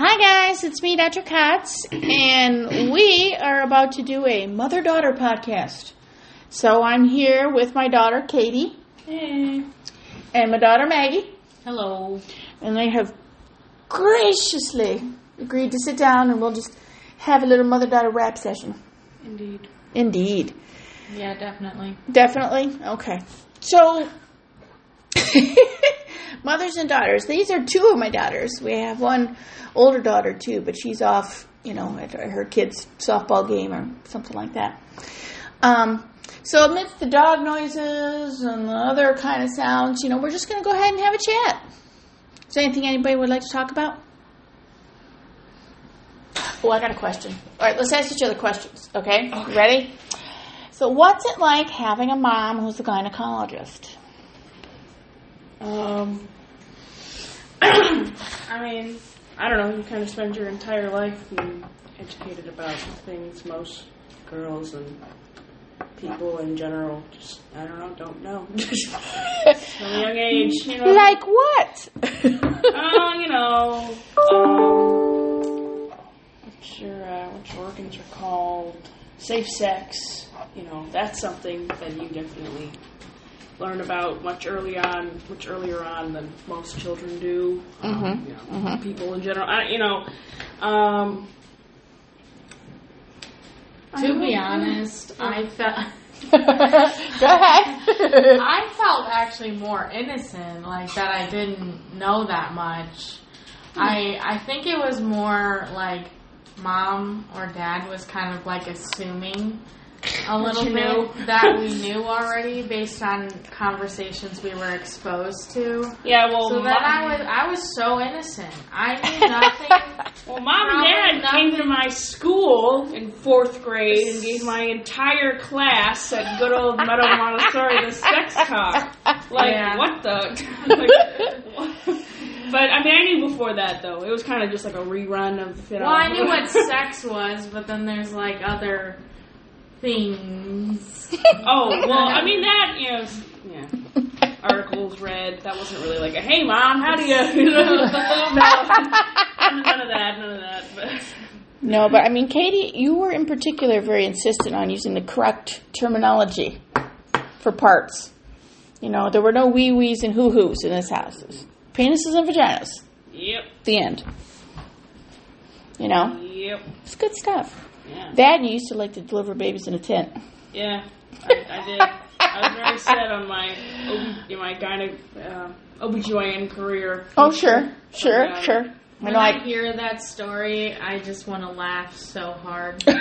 Hi guys, it's me, Dr. Katz, and we are about to do a mother daughter podcast. So I'm here with my daughter Katie Hey. and my daughter Maggie, Hello. and they have graciously agreed to sit down and we'll just have a little mother daughter rap session. Indeed. Indeed. Yeah, definitely. Definitely. Okay. So, mothers and daughters. These are two of my daughters. We have one older daughter too, but she's off, you know, at her kid's softball game or something like that. Um, so, amidst the dog noises and the other kind of sounds, you know, we're just going to go ahead and have a chat. Is there anything anybody would like to talk about? Oh, I got a question. All right, let's ask each other questions. Okay, okay. ready? So, what's it like having a mom who's a gynecologist? Um, I mean, I don't know. You kind of spend your entire life being educated about things most girls and people in general just I don't know, don't know. From a young age, you know. like what? Oh, you know. Um, what's your uh, what's your organs are called? Safe sex. You know, that's something that you definitely learn about much early on, much earlier on than most children do. Um, you know, People in general, I, you know. Um, I To don't be know. honest, I felt Go ahead. I felt actually more innocent, like that I didn't know that much. I I think it was more like mom or dad was kind of like assuming a little you bit knew. that we knew already based on conversations we were exposed to. Yeah, well, So then mom, I was I was so innocent. I knew nothing. well, mom and dad Probably came to my school in fourth grade and gave my entire class at good old Meadow Montessori the sex talk. Like Yeah. what the? like, what? but I mean, I knew before that though. It was kind of just like a rerun of. You know, Well, I knew what sex was, but then there's like other things. oh well, I mean that you know. s- Yeah. Articles read. That wasn't really like a hey mom, how do you? you know, no, none of that, none of that. But no, but I mean, Katie, you were in particular very insistent on using the correct terminology for parts. You know, there were no wee wees and hoo hoos in this house. It was Penises and vaginas. yep, The end. You know, yep, it's good stuff. yeah. Dad, you used to like to deliver babies in a tent. Yeah, I, I did. I was very set on my OB, my gyne, uh, OBGYN career. Oh, sure, sure, Yeah. sure. I When know. I I, hear that story, I just want to laugh so hard. It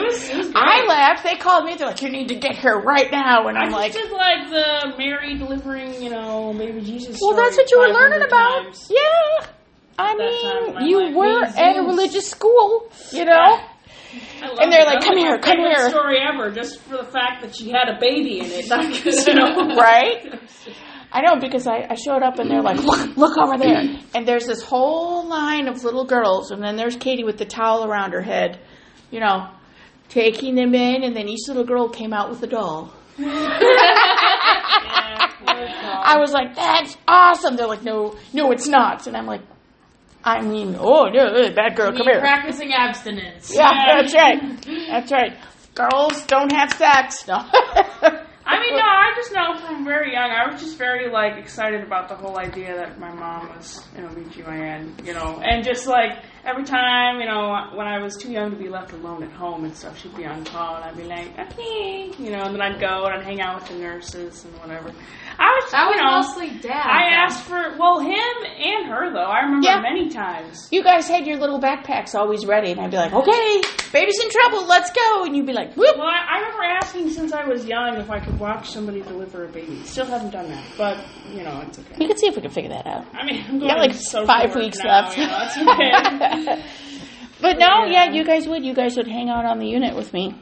was. It was great. I laughed. They called me. They're like, "You need to get here right now," and I I'm just like, did like the Mary delivering, you know, baby Jesus. Well, story that's what you were 500 learning about. times. Yeah. I That time of my mean, you life. were These at a Zooms. religious school, you know? Yeah. I love And they're it. like, That "Come was my here, come favorite here." Story ever, just for the fact that she had a baby in it, not 'cause, you know, Right? I know because I, I showed up and they're like, look, look over there. And there's this whole line of little girls, and then there's Katie with the towel around her head, you know, taking them in, and then each little girl came out with a doll. Yeah, we're taught. I was like, that's awesome. They're like, no, no, it's not. And I'm like, I mean, oh, no, no, bad girl, Me come here. practicing abstinence. Yeah, that's right. That's right. Girls don't have sex. No. I mean, no, I just know from very young, I was just very, like, excited about the whole idea that my mom was an OBGYN, you know, and just, like, every time, you know, when I was too young to be left alone at home and stuff, she'd be on call, and I'd be like, okay, you know, and then I'd go and I'd hang out with the nurses and whatever. I was, That was you know, mostly dad. I asked for, well, him and her, though. I remember Yeah. many times. You guys had your little backpacks always ready, and I'd be like, okay, baby's in trouble, let's go. And you'd be like, whoop. Well, I, I remember asking since I was young if I could watch somebody deliver a baby. Still haven't done that, but, you know, it's okay. We could see if we can figure that out. I mean, I'm We going got like social five work weeks now, left. You know, it's okay. but no, yeah, you guys would. You guys would hang out on the unit with me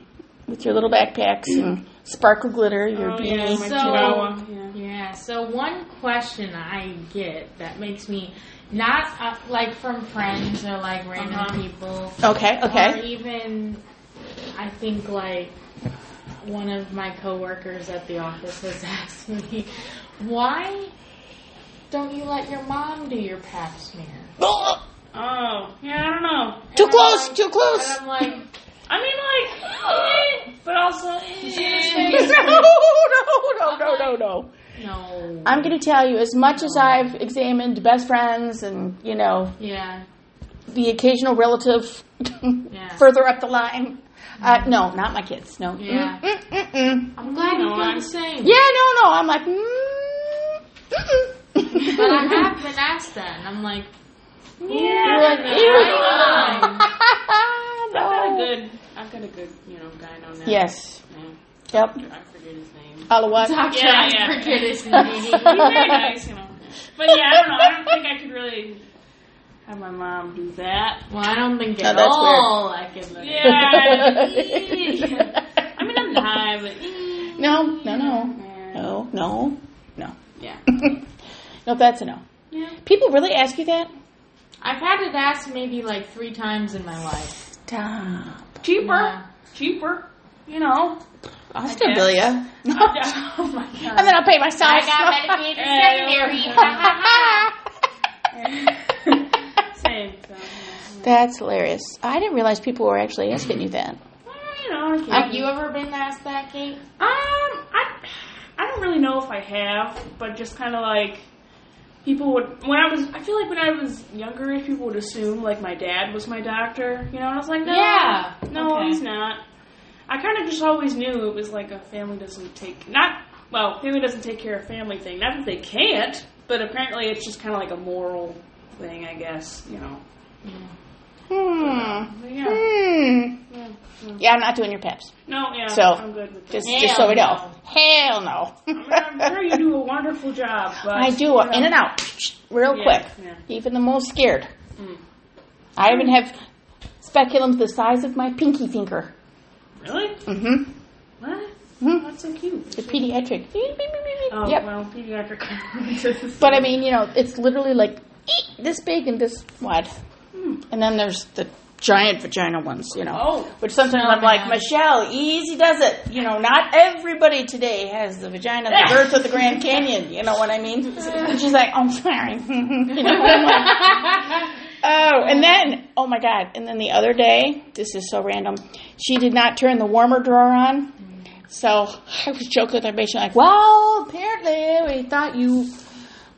with your little backpacks and sparkle glitter, your Oh, yeah, beanie. my So- chihuahua, yeah. Yeah, so one question I get that makes me not uh, like from friends or like random Uh-huh. people Okay, Or okay. even, I think like one of my coworkers at the office has asked me, why don't you let your mom do your pap smear? Oh, yeah. close, too close. And I'm like, I mean, like, eh, but also, eh. no, no, no, no, no. no. I'm going to tell you, as much as I've examined best friends and, you know, yeah. the occasional relative Yeah. further up the line, uh, no, not my kids. No. Yeah. Mm, mm, mm, mm. I'm glad you feel the same. Yeah, no, no. I'm like, mm, mm, mm. But I have been asked that, and I'm like, You're yeah. like, ew. fine. I've got a No. good, I've got a good, you know, guy now. Yes. Yeah. Yep. I forget his name. Alawa. Doctor, Yeah, I yeah. forget his He's name. very nice, you know. But yeah, I don't know. I don't think I could really have my mom do that. Well, I don't think No, at that's all I can. look at Yeah. I mean, I'm not, but eh. No, no, no. No, no, no. yeah. no, that's a no. Yeah. People really ask you that? I've had it asked maybe like three times in my life. Stop. Cheaper, Yeah. cheaper. You know. I'll still still bill bill you. oh my god. And then I'll pay my side. medicated Same. So, That's hilarious. I didn't realize people were actually asking you that. you know, I Have can't- you ever been asked that, Kate? Um, I, I don't really know if I have, but just kind of like people would when I was. I feel like when I was younger, if people would assume like my dad was my doctor, you know. And I was like, no, Yeah, no, okay. he's not. I kind of just always knew it was like a family doesn't take not well, family doesn't take care of family thing. Not that they can't, but apparently it's just kind of like a moral thing, I guess. You know. Hmm. But yeah. Hmm. yeah, yeah. Yeah, I'm not doing your peps. No, yeah. So, I'm good with this. Just, just so we know. Hell Hell no. I'm sure you do a wonderful job. But, I do uh, you in know. and out, real Yeah, quick. yeah. Even the most scared. Mm. I even have speculums the size of my pinky finger. Really? Mm-hmm. What? Mhm. That's so cute. The pediatric. Oh, yep. well, pediatric arthritis. But I mean, you know, it's literally like eek, this big and this wide. Hmm. And then there's the giant vagina ones, you know. Oh. Which sometimes I'm like, Michelle, easy does it. You know, not everybody today has the vagina the girth of the Grand Canyon. You know what I mean? And she's like, oh, sorry. you know, I'm like, Oh, and then, oh my God. And then the other day, this is so random, she did not turn the warmer drawer on. So I was joking with everybody. She's like, well, apparently we thought you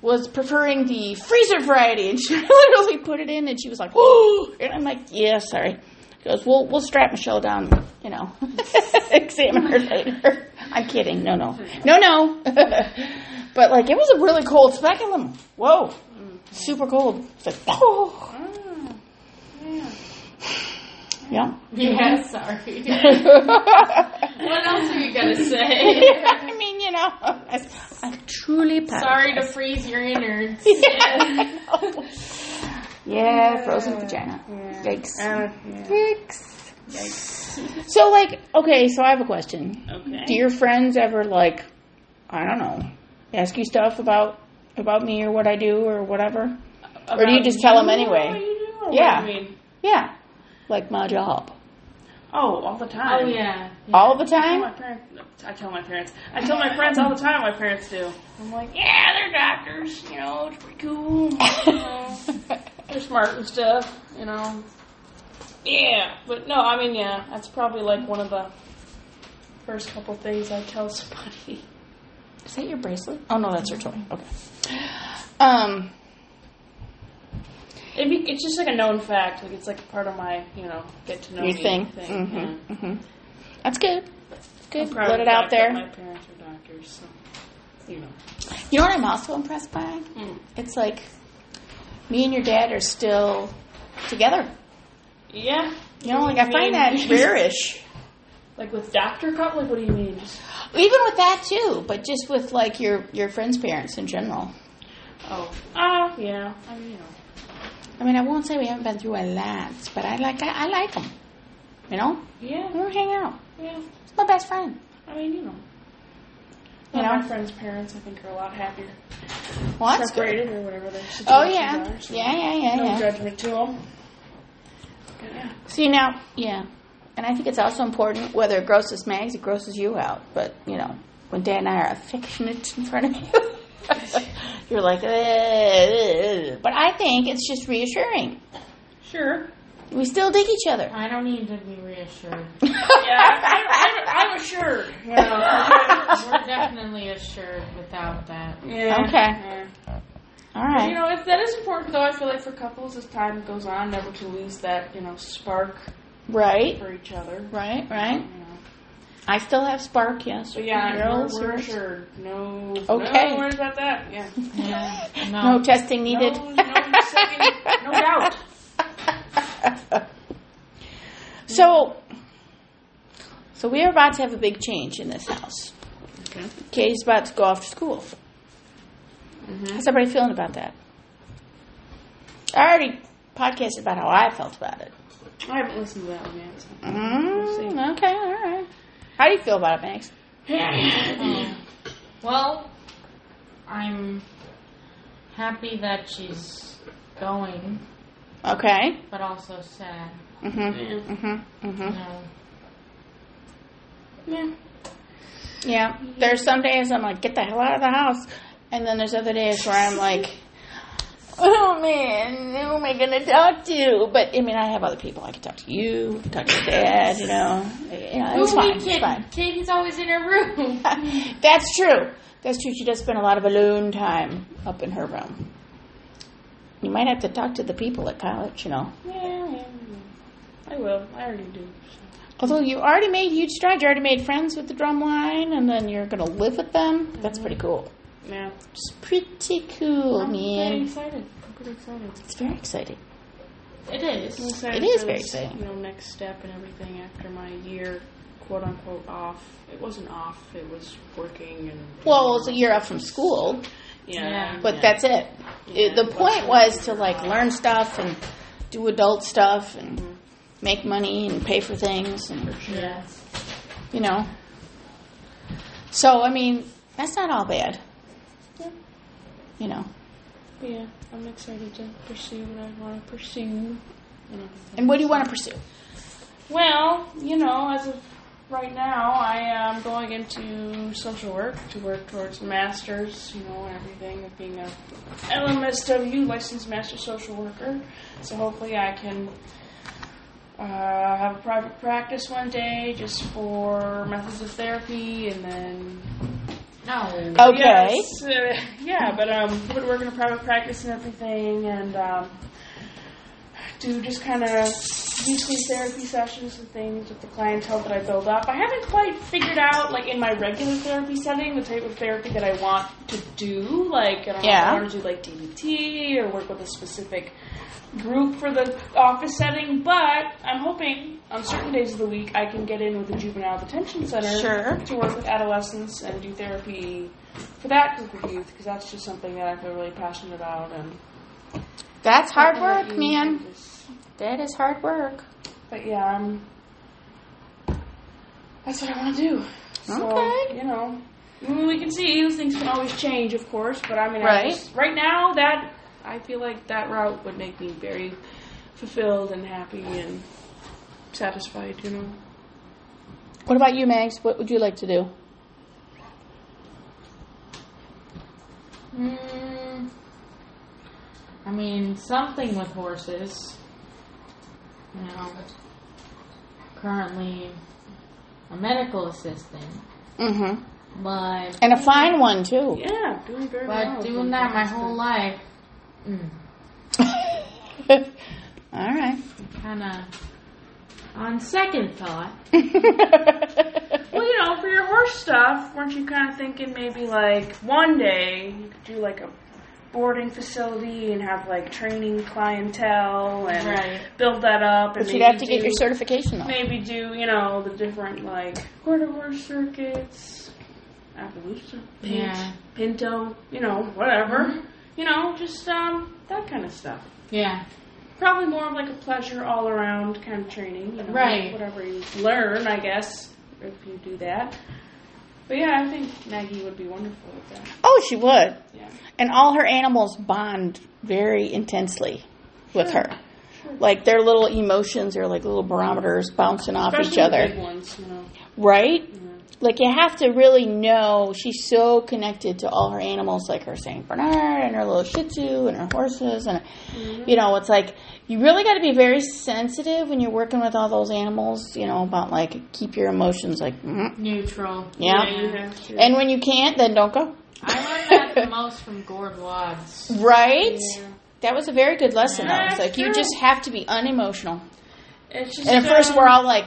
was preferring the freezer variety. And she literally put it in and she was like, whoa. And I'm like, yeah, sorry. She goes, we'll, we'll strap Michelle down, you know, examine her later. I'm kidding. No, no. No, no. but like, it was a really cold speculum. Whoa. Super cold. It's like, oh. Ah, yeah. Mm. Yeah. Yeah, sorry. I what else are you gonna say? mean, you know, I, I truly pass. Sorry to freeze your innards. Yeah. yeah, Um, frozen vagina. Yeah. Yikes. Uh, yeah. Yikes. So, like, okay, so I have a question. Okay. Do your friends ever, like, I don't know, ask you stuff about about me or what I do or whatever? or do you About just tell 'em you, anyway? What you do, or Yeah. What do you mean? Yeah. Like my job. Oh, all the time. Oh yeah. All the I tell my time? parents. I tell my parents. I tell my friends all the time. My parents do. I'm like, yeah, they're doctors. You know, it's pretty cool. You know, they're smart and stuff. You know. Yeah, but no, I mean, yeah, that's probably like one of the first couple things I tell somebody. Is that your bracelet? Oh no, that's your toy. Okay. Um. It'd be, it's just like a known fact. Like it's like part of my, you know, get to know Your me thing. thing, hmm yeah. hmm That's good. That's I'm good. proud of Let the it out fact that there. My parents are doctors, so you know. Mm. You know what I'm also impressed by? It's like me and your dad are still together. Yeah, You know, like I find that mean- rare-ish. like with doctor cut. Like, what do you mean? Just- Even with that too, but just with like your your friends' parents in general. Oh, ah, yeah. I mean, you know. I mean, I won't say we haven't been through a lot, but I like I, I like them. You know, Yeah, we're hanging out. yeah. It's my best friend. I mean, you know. You You know? know, my friends' parents, I think, are a lot happier Well, that's good. separated or whatever their situations Oh yeah, are. so yeah, yeah, yeah, No yeah. judgment to them. Yeah. See now, yeah, and I think it's also important whether it grosses Mags, it grosses you out. But you know, when Dan and I are affectionate in front of you, "Uh." you're like, "Ugh." but I think it's just reassuring. Sure. We still dig each other. I don't need to be reassured. Yeah, I, I, I'm assured. You know. We're definitely assured without that. yeah. Okay. All Yeah. right. You know, if that is important, though, I feel like for couples, as time goes on, never to lose that, you know, spark Right. for each other. Right. Right. You know. I still have spark. Yes. So yeah, Girls, we're, we're yours? assured. No, Okay. no worries about that. Yeah. Yeah. No No. testing needed. No, no second, no doubt. so, so we are about to have a big change in this house. Okay. Katie's about to go off to school. Mm-hmm. How's everybody feeling about that? I already podcasted about how I felt about it. I haven't listened to that one yet. so. Mm, okay, all right. How do you feel about it, Max? Um, well, I'm happy that she's going, Okay. but also sad. Mhm. Yeah. Mhm. You Mhm. know, Yeah. Yeah. There's some days I'm like, get the hell out of the house, and then there's other days where I'm like, oh man, who am I gonna talk to? But I mean, I have other people. I can talk to you, talk to your dad. You know, you know, it's who are fine. we It's fine. kidding? Katie's always in her room. That's true. That's true. She does spend a lot of alone time up in her room. You might have to talk to the people at college, you know. Yeah, yeah, yeah. I will. I already do. So. Although you already made huge strides, you already made friends with the drum line, and then you're going to live with them. That's pretty cool. Yeah. It's pretty cool, I'm pretty man. excited. I'm pretty excited. It's very exciting. It is. excited is for very this, exciting. You know, next step and everything after my year, quote unquote, off. It wasn't off. It was working and. Well, it's a year up from school, Yeah. Yeah. but that's it. It- the point was to like learn stuff and do adult stuff and make money and pay for things and Yeah. you know. So I mean, that's not all bad. Yeah. You know. Yeah. I'm excited to pursue what I want to pursue. And everything. And what do you want to pursue? Well, you know, as of right now, I am going into social work to work towards masters, you know, and everything of being a LMSW licensed master social worker. So hopefully, I can uh, have a private practice one day just for methods of therapy, and then No. Okay. Yes, uh, yeah, but um, would work in a private practice and everything, and um, do just kind of weekly therapy sessions and things with the clientele that I build up. I haven't quite figured out, like in my regular therapy setting, the type of therapy that I want to do. Like, I don't know if Yeah. I want to do like DBT or work with a specific group for the office setting, but I'm hoping on certain days of the week I can get in with the juvenile detention center Sure. to work with adolescents and do therapy for that group of youth because that's just something that I feel really passionate about and That's hard something work, that you man. just- That is hard work. But yeah, I'm. That's what I want to do. So, Okay. you know, I mean, we can see those things can always change, of course. But I mean, Right. I just, right now, that I feel like that route would make me very fulfilled and happy and satisfied. You know. What about you, Mags? What would you like to do? Mm, I mean, something with horses. You know, currently a medical assistant, Mm-hmm. but And a fine one too. Yeah, doing very well. but doing that my whole life, mm, all right. kind of on second thought. Well, you know, for your horse stuff, weren't you kind of thinking maybe like one day you could do like a boarding facility and have like training clientele and Right. build that up? And but you'd have maybe to get do- your certification though. Maybe do you know the different like quarter horse circuits, Appaloosa, Pint, Yeah. Mm-hmm. Pinto, you know, whatever. You know, just um that kind of stuff. Yeah, Probably more of like a pleasure all around kind of training, you know, Right. whatever you learn, I guess, if you do that. But yeah, I think Maggie would be wonderful at that. Oh, she would. Yeah. And all her animals bond very intensely with her. Like their little emotions are like little barometers bouncing off Especially each other. the big ones, you know. Right? you know. like you have to really know she's so connected to all her animals, like her Saint Bernard and her little Shih Tzu and her horses, and Mm-hmm. you know, it's like you really got to be very sensitive when you're working with all those animals. You know about like keep your emotions like, mm. Neutral. Yeah. You have to. and when you can't, then don't go. I learned that the most from Gord Watts. Right? Yeah. That was a very good lesson. though. It's That's like you true. just have to be unemotional. It's just, And at first, um, we're all like,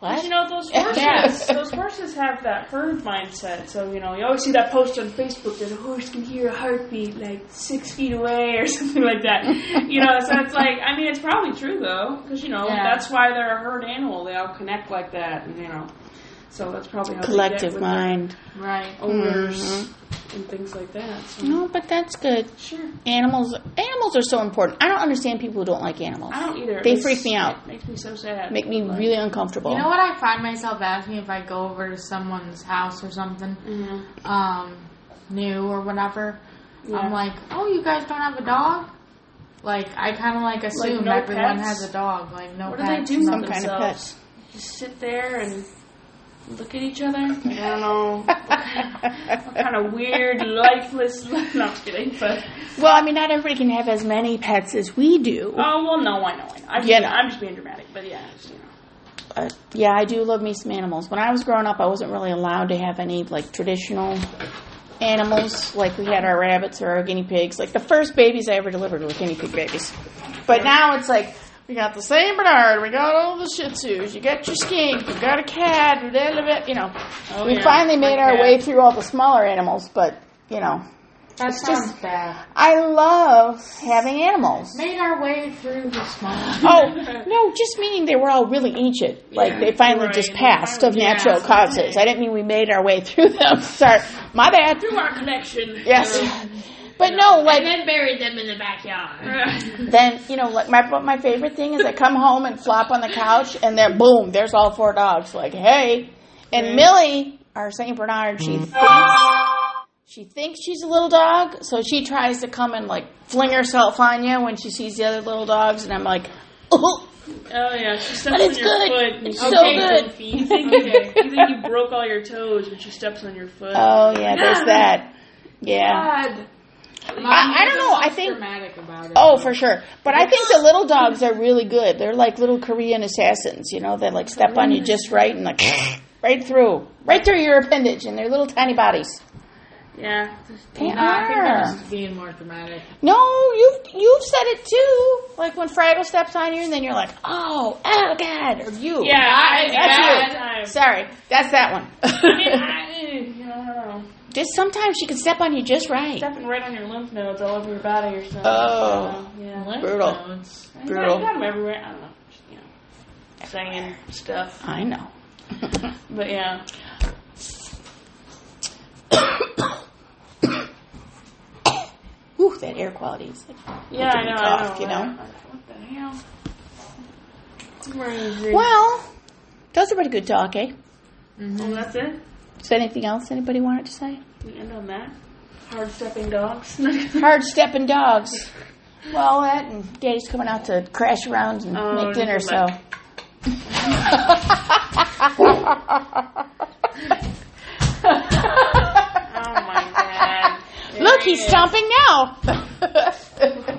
But you "What?" know those Yeah. horses? Those horses have that herd mindset. So you know, you always see that post on Facebook that a horse can hear a heartbeat like six feet away or something like that. you know, so it's like I mean, it's probably true though, because you know Yeah. that's why they're a herd animal. They all connect like that, and you know, so that's probably how Collective they get with their mind. Mm-hmm. Right. owners and things like that. So. No, but that's good. Sure, Animals, animals are so important. I don't understand people who don't like animals. I don't either. It They makes- freak me out. Makes me so sad. Make me really uncomfortable. You know what I find myself asking if I go over to someone's house or something Mhm. um, new or whatever? Yeah. I'm like, oh, you guys don't have a dog? Like, I kind of like assume no everyone pets? has a dog. Like, no What do pets. they do with Some kind of themselves? Just sit there and look at each other. I don't know. kind of weird, lifeless. No, I'm kidding. But well, I mean, not everybody can have as many pets as we do. oh well, no, I know, I know. I'm, Yeah, just, no. I'm just being dramatic. But yeah, it's, you know. Uh, yeah, I do love me some animals. When I was growing up, I wasn't really allowed to have any like traditional animals. Like we had our rabbits or our guinea pigs. Like the first babies I ever delivered were guinea pig babies. But now it's like we got the Saint Bernard, we got all the Shih Tzus, you got your skink, you got a cat, blah, blah, blah, you know. Oh, we yeah, finally made like our that. way through all the smaller animals, but you know, That It's sounds just- bad. I love having animals. Made our way through the small. Oh no, just meaning they were all really ancient. Like they finally Right, just they passed of finally- yeah, natural okay. causes. I didn't mean we made our way through them. Sorry, my bad. Through our connection. Yes, but no, And like then buried them in the backyard. then you know, like my my favorite thing is I come home and flop on the couch, and then boom, there's all four dogs. Like hey, and Millie, our Saint Bernard, she Mm. thinks she thinks she's a little dog, so she tries to come and like fling herself on you when she sees the other little dogs, and I'm like, oh. Oh yeah, she steps But it's on your good. foot. And It's you so okay, good. Sophie, You think, you think you broke all your toes when she steps on your foot? Oh yeah, there's that. Yeah. God. I, I don't know. I think. dramatic about it. Oh, for sure. But I think the little dogs are really good. They're like little Korean assassins. You know, they like step on you just right and like right through, right through your appendage, and their little tiny bodies. Yeah. They No, I think are. I'm just being more dramatic. No, you you've said it too. Like when Fraggle steps on you, and then you're like, oh, oh God, or you. Yeah, I, That's you. I, Sorry, that's that one. I mean, I, you know, I don't know. just sometimes she can step on you just right. Stepping right on your lymph nodes all over your body or something. Oh. So, yeah. Lymph Brutal. nodes. I mean, Brutal. You got them everywhere. I don't know. Just, you know, saying stuff. I know. But yeah. Ooh, that air quality is like Yeah, I know. cough, I know. you know? What the hell? I'm wearing a green- Well, those are pretty good talk, eh? Well, that's it. Is there anything else anybody wanted to say? We end on that. Hard stepping dogs. Hard stepping dogs. Well, that and Daddy's coming out to crash around and Oh, make dinner, good so. luck. oh my god. Look, he's stomping now.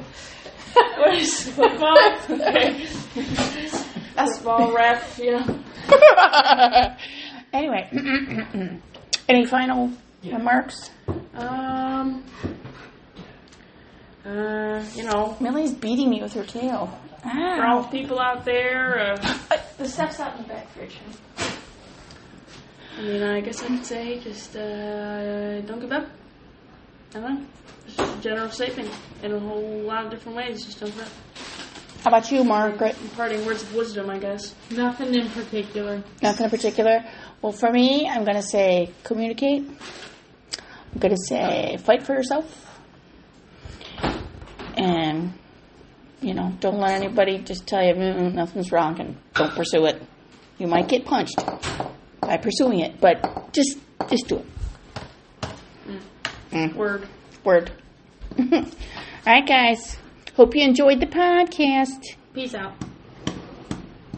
What is football? Okay. Football ref, you know. anyway, any final remarks? Um. Uh, you know, Millie's beating me with her tail. for all the people out there, uh, Ah. The stuff's out in the back fridge. I mean, I guess I could say just uh, don't give up. I don't know. It's just a general statement in a whole lot of different ways. Just don't give up. How about you, Margaret? Imparting words of wisdom, I guess. Nothing in particular. Nothing in particular. Well, for me, I'm going to say communicate. I'm going to say fight for yourself. And, you know, don't let anybody just tell you "Mm, nothing's wrong and don't pursue it. You might get punched by pursuing it, but just just do it. Word. Word. All right, guys. Hope you enjoyed the podcast. Peace out.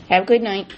Have a good night.